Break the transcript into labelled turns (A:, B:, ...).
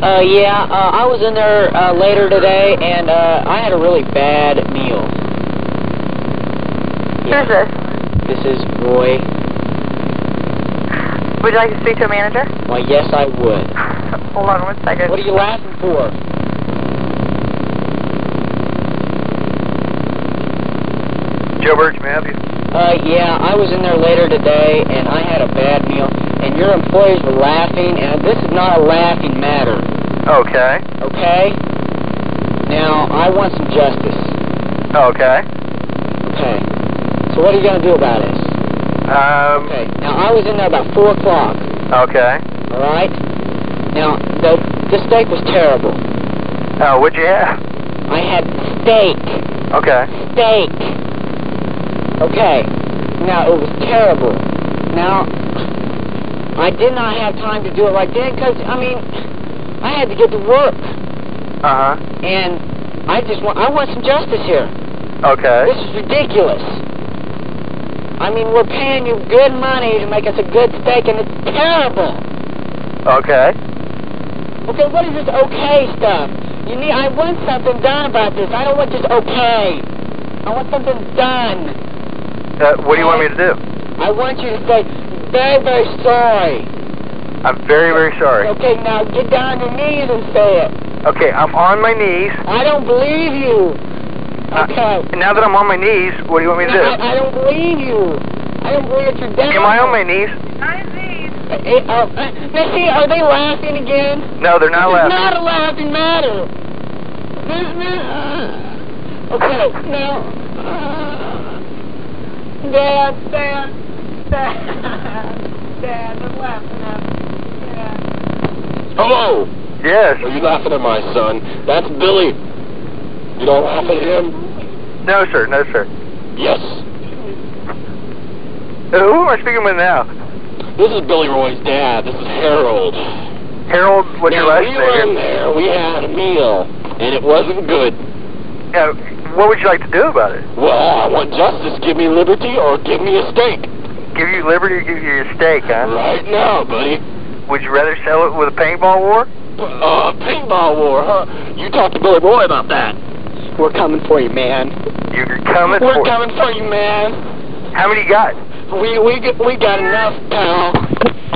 A: Uh, yeah, uh, I was in there uh, later today, and uh, I had a really bad meal.
B: Who's
A: Yeah.
B: this?
A: This is Roy.
B: Would you like to speak to a manager?
A: Why, yes, I would.
B: Hold on one second.
A: What are you laughing for?
C: Joe Burke, may I help you?
A: Uh, yeah, I was in there later today, and I had a bad meal, and your employees were laughing, and this is not a laughing matter,
C: Okay.
A: okay? Now, I want some justice,
C: Okay.
A: okay? So what are you gonna do about this?
C: Um.
A: Okay, now I was in there about 4 o'clock,
C: Okay.
A: alright? Now, the, the steak was terrible.
C: Uh, what'd you have?
A: I had steak,
C: Okay.
A: steak. Okay, now it was terrible. Now, I did not have time to do it like that because, I mean, I had to get to work.
C: Uh
A: And I just want, I want some justice here.
C: huh. Okay.
A: This is ridiculous. I mean, we're paying you good money to make us a good steak, and it's terrible.
C: Okay.
A: Okay, what is this okay stuff? You need, I want something done about this. I don't want just okay. I want something done.
C: Uh, what do you want me to do?
A: I want you to say, very, very sorry.
C: I'm very, very sorry.
A: Okay, now get down on your knees and say it.
C: Okay, I'm on my knees.
A: I don't believe you.
C: Uh,
A: Okay.
C: And now that I'm on my knees, what do you want me to do?
A: I, I don't believe you. I don't believe you're down.
C: Am I on my knees?
A: Uh, uh, uh, now see, are they laughing again?
C: No, they're not
A: this is
C: laughing.
A: not a laughing matter. This, this, uh, okay, now, uh, Dad, Dad, Dad, Dad, they're laughing at me. Dad.
D: Hello!
C: Yes.
D: Are you laughing at my son? That's Billy. You don't laugh at him?
C: No, sir. No, sir.
D: Yes.
C: Uh, who am I speaking with now?
D: This is Billy Roy's dad. This is Harold.
C: Harold, what's
D: now,
C: your last
D: we were in
C: name?
D: there. We had a meal, and it wasn't good.
C: Uh, what would you like to do about it?
D: Well, I want justice. Give me liberty or give me a steak.
C: Give you liberty or give you your steak, huh?
D: Right now, buddy.
C: Would you rather sell it with a paintball war?
D: Uh, paintball war, huh? You talked to Billy Roy about that.
A: We're coming for you, man.
C: You're coming
D: We're
C: for it.
D: coming for you, man.
C: How many you got?
D: We we g- we got enough, pal.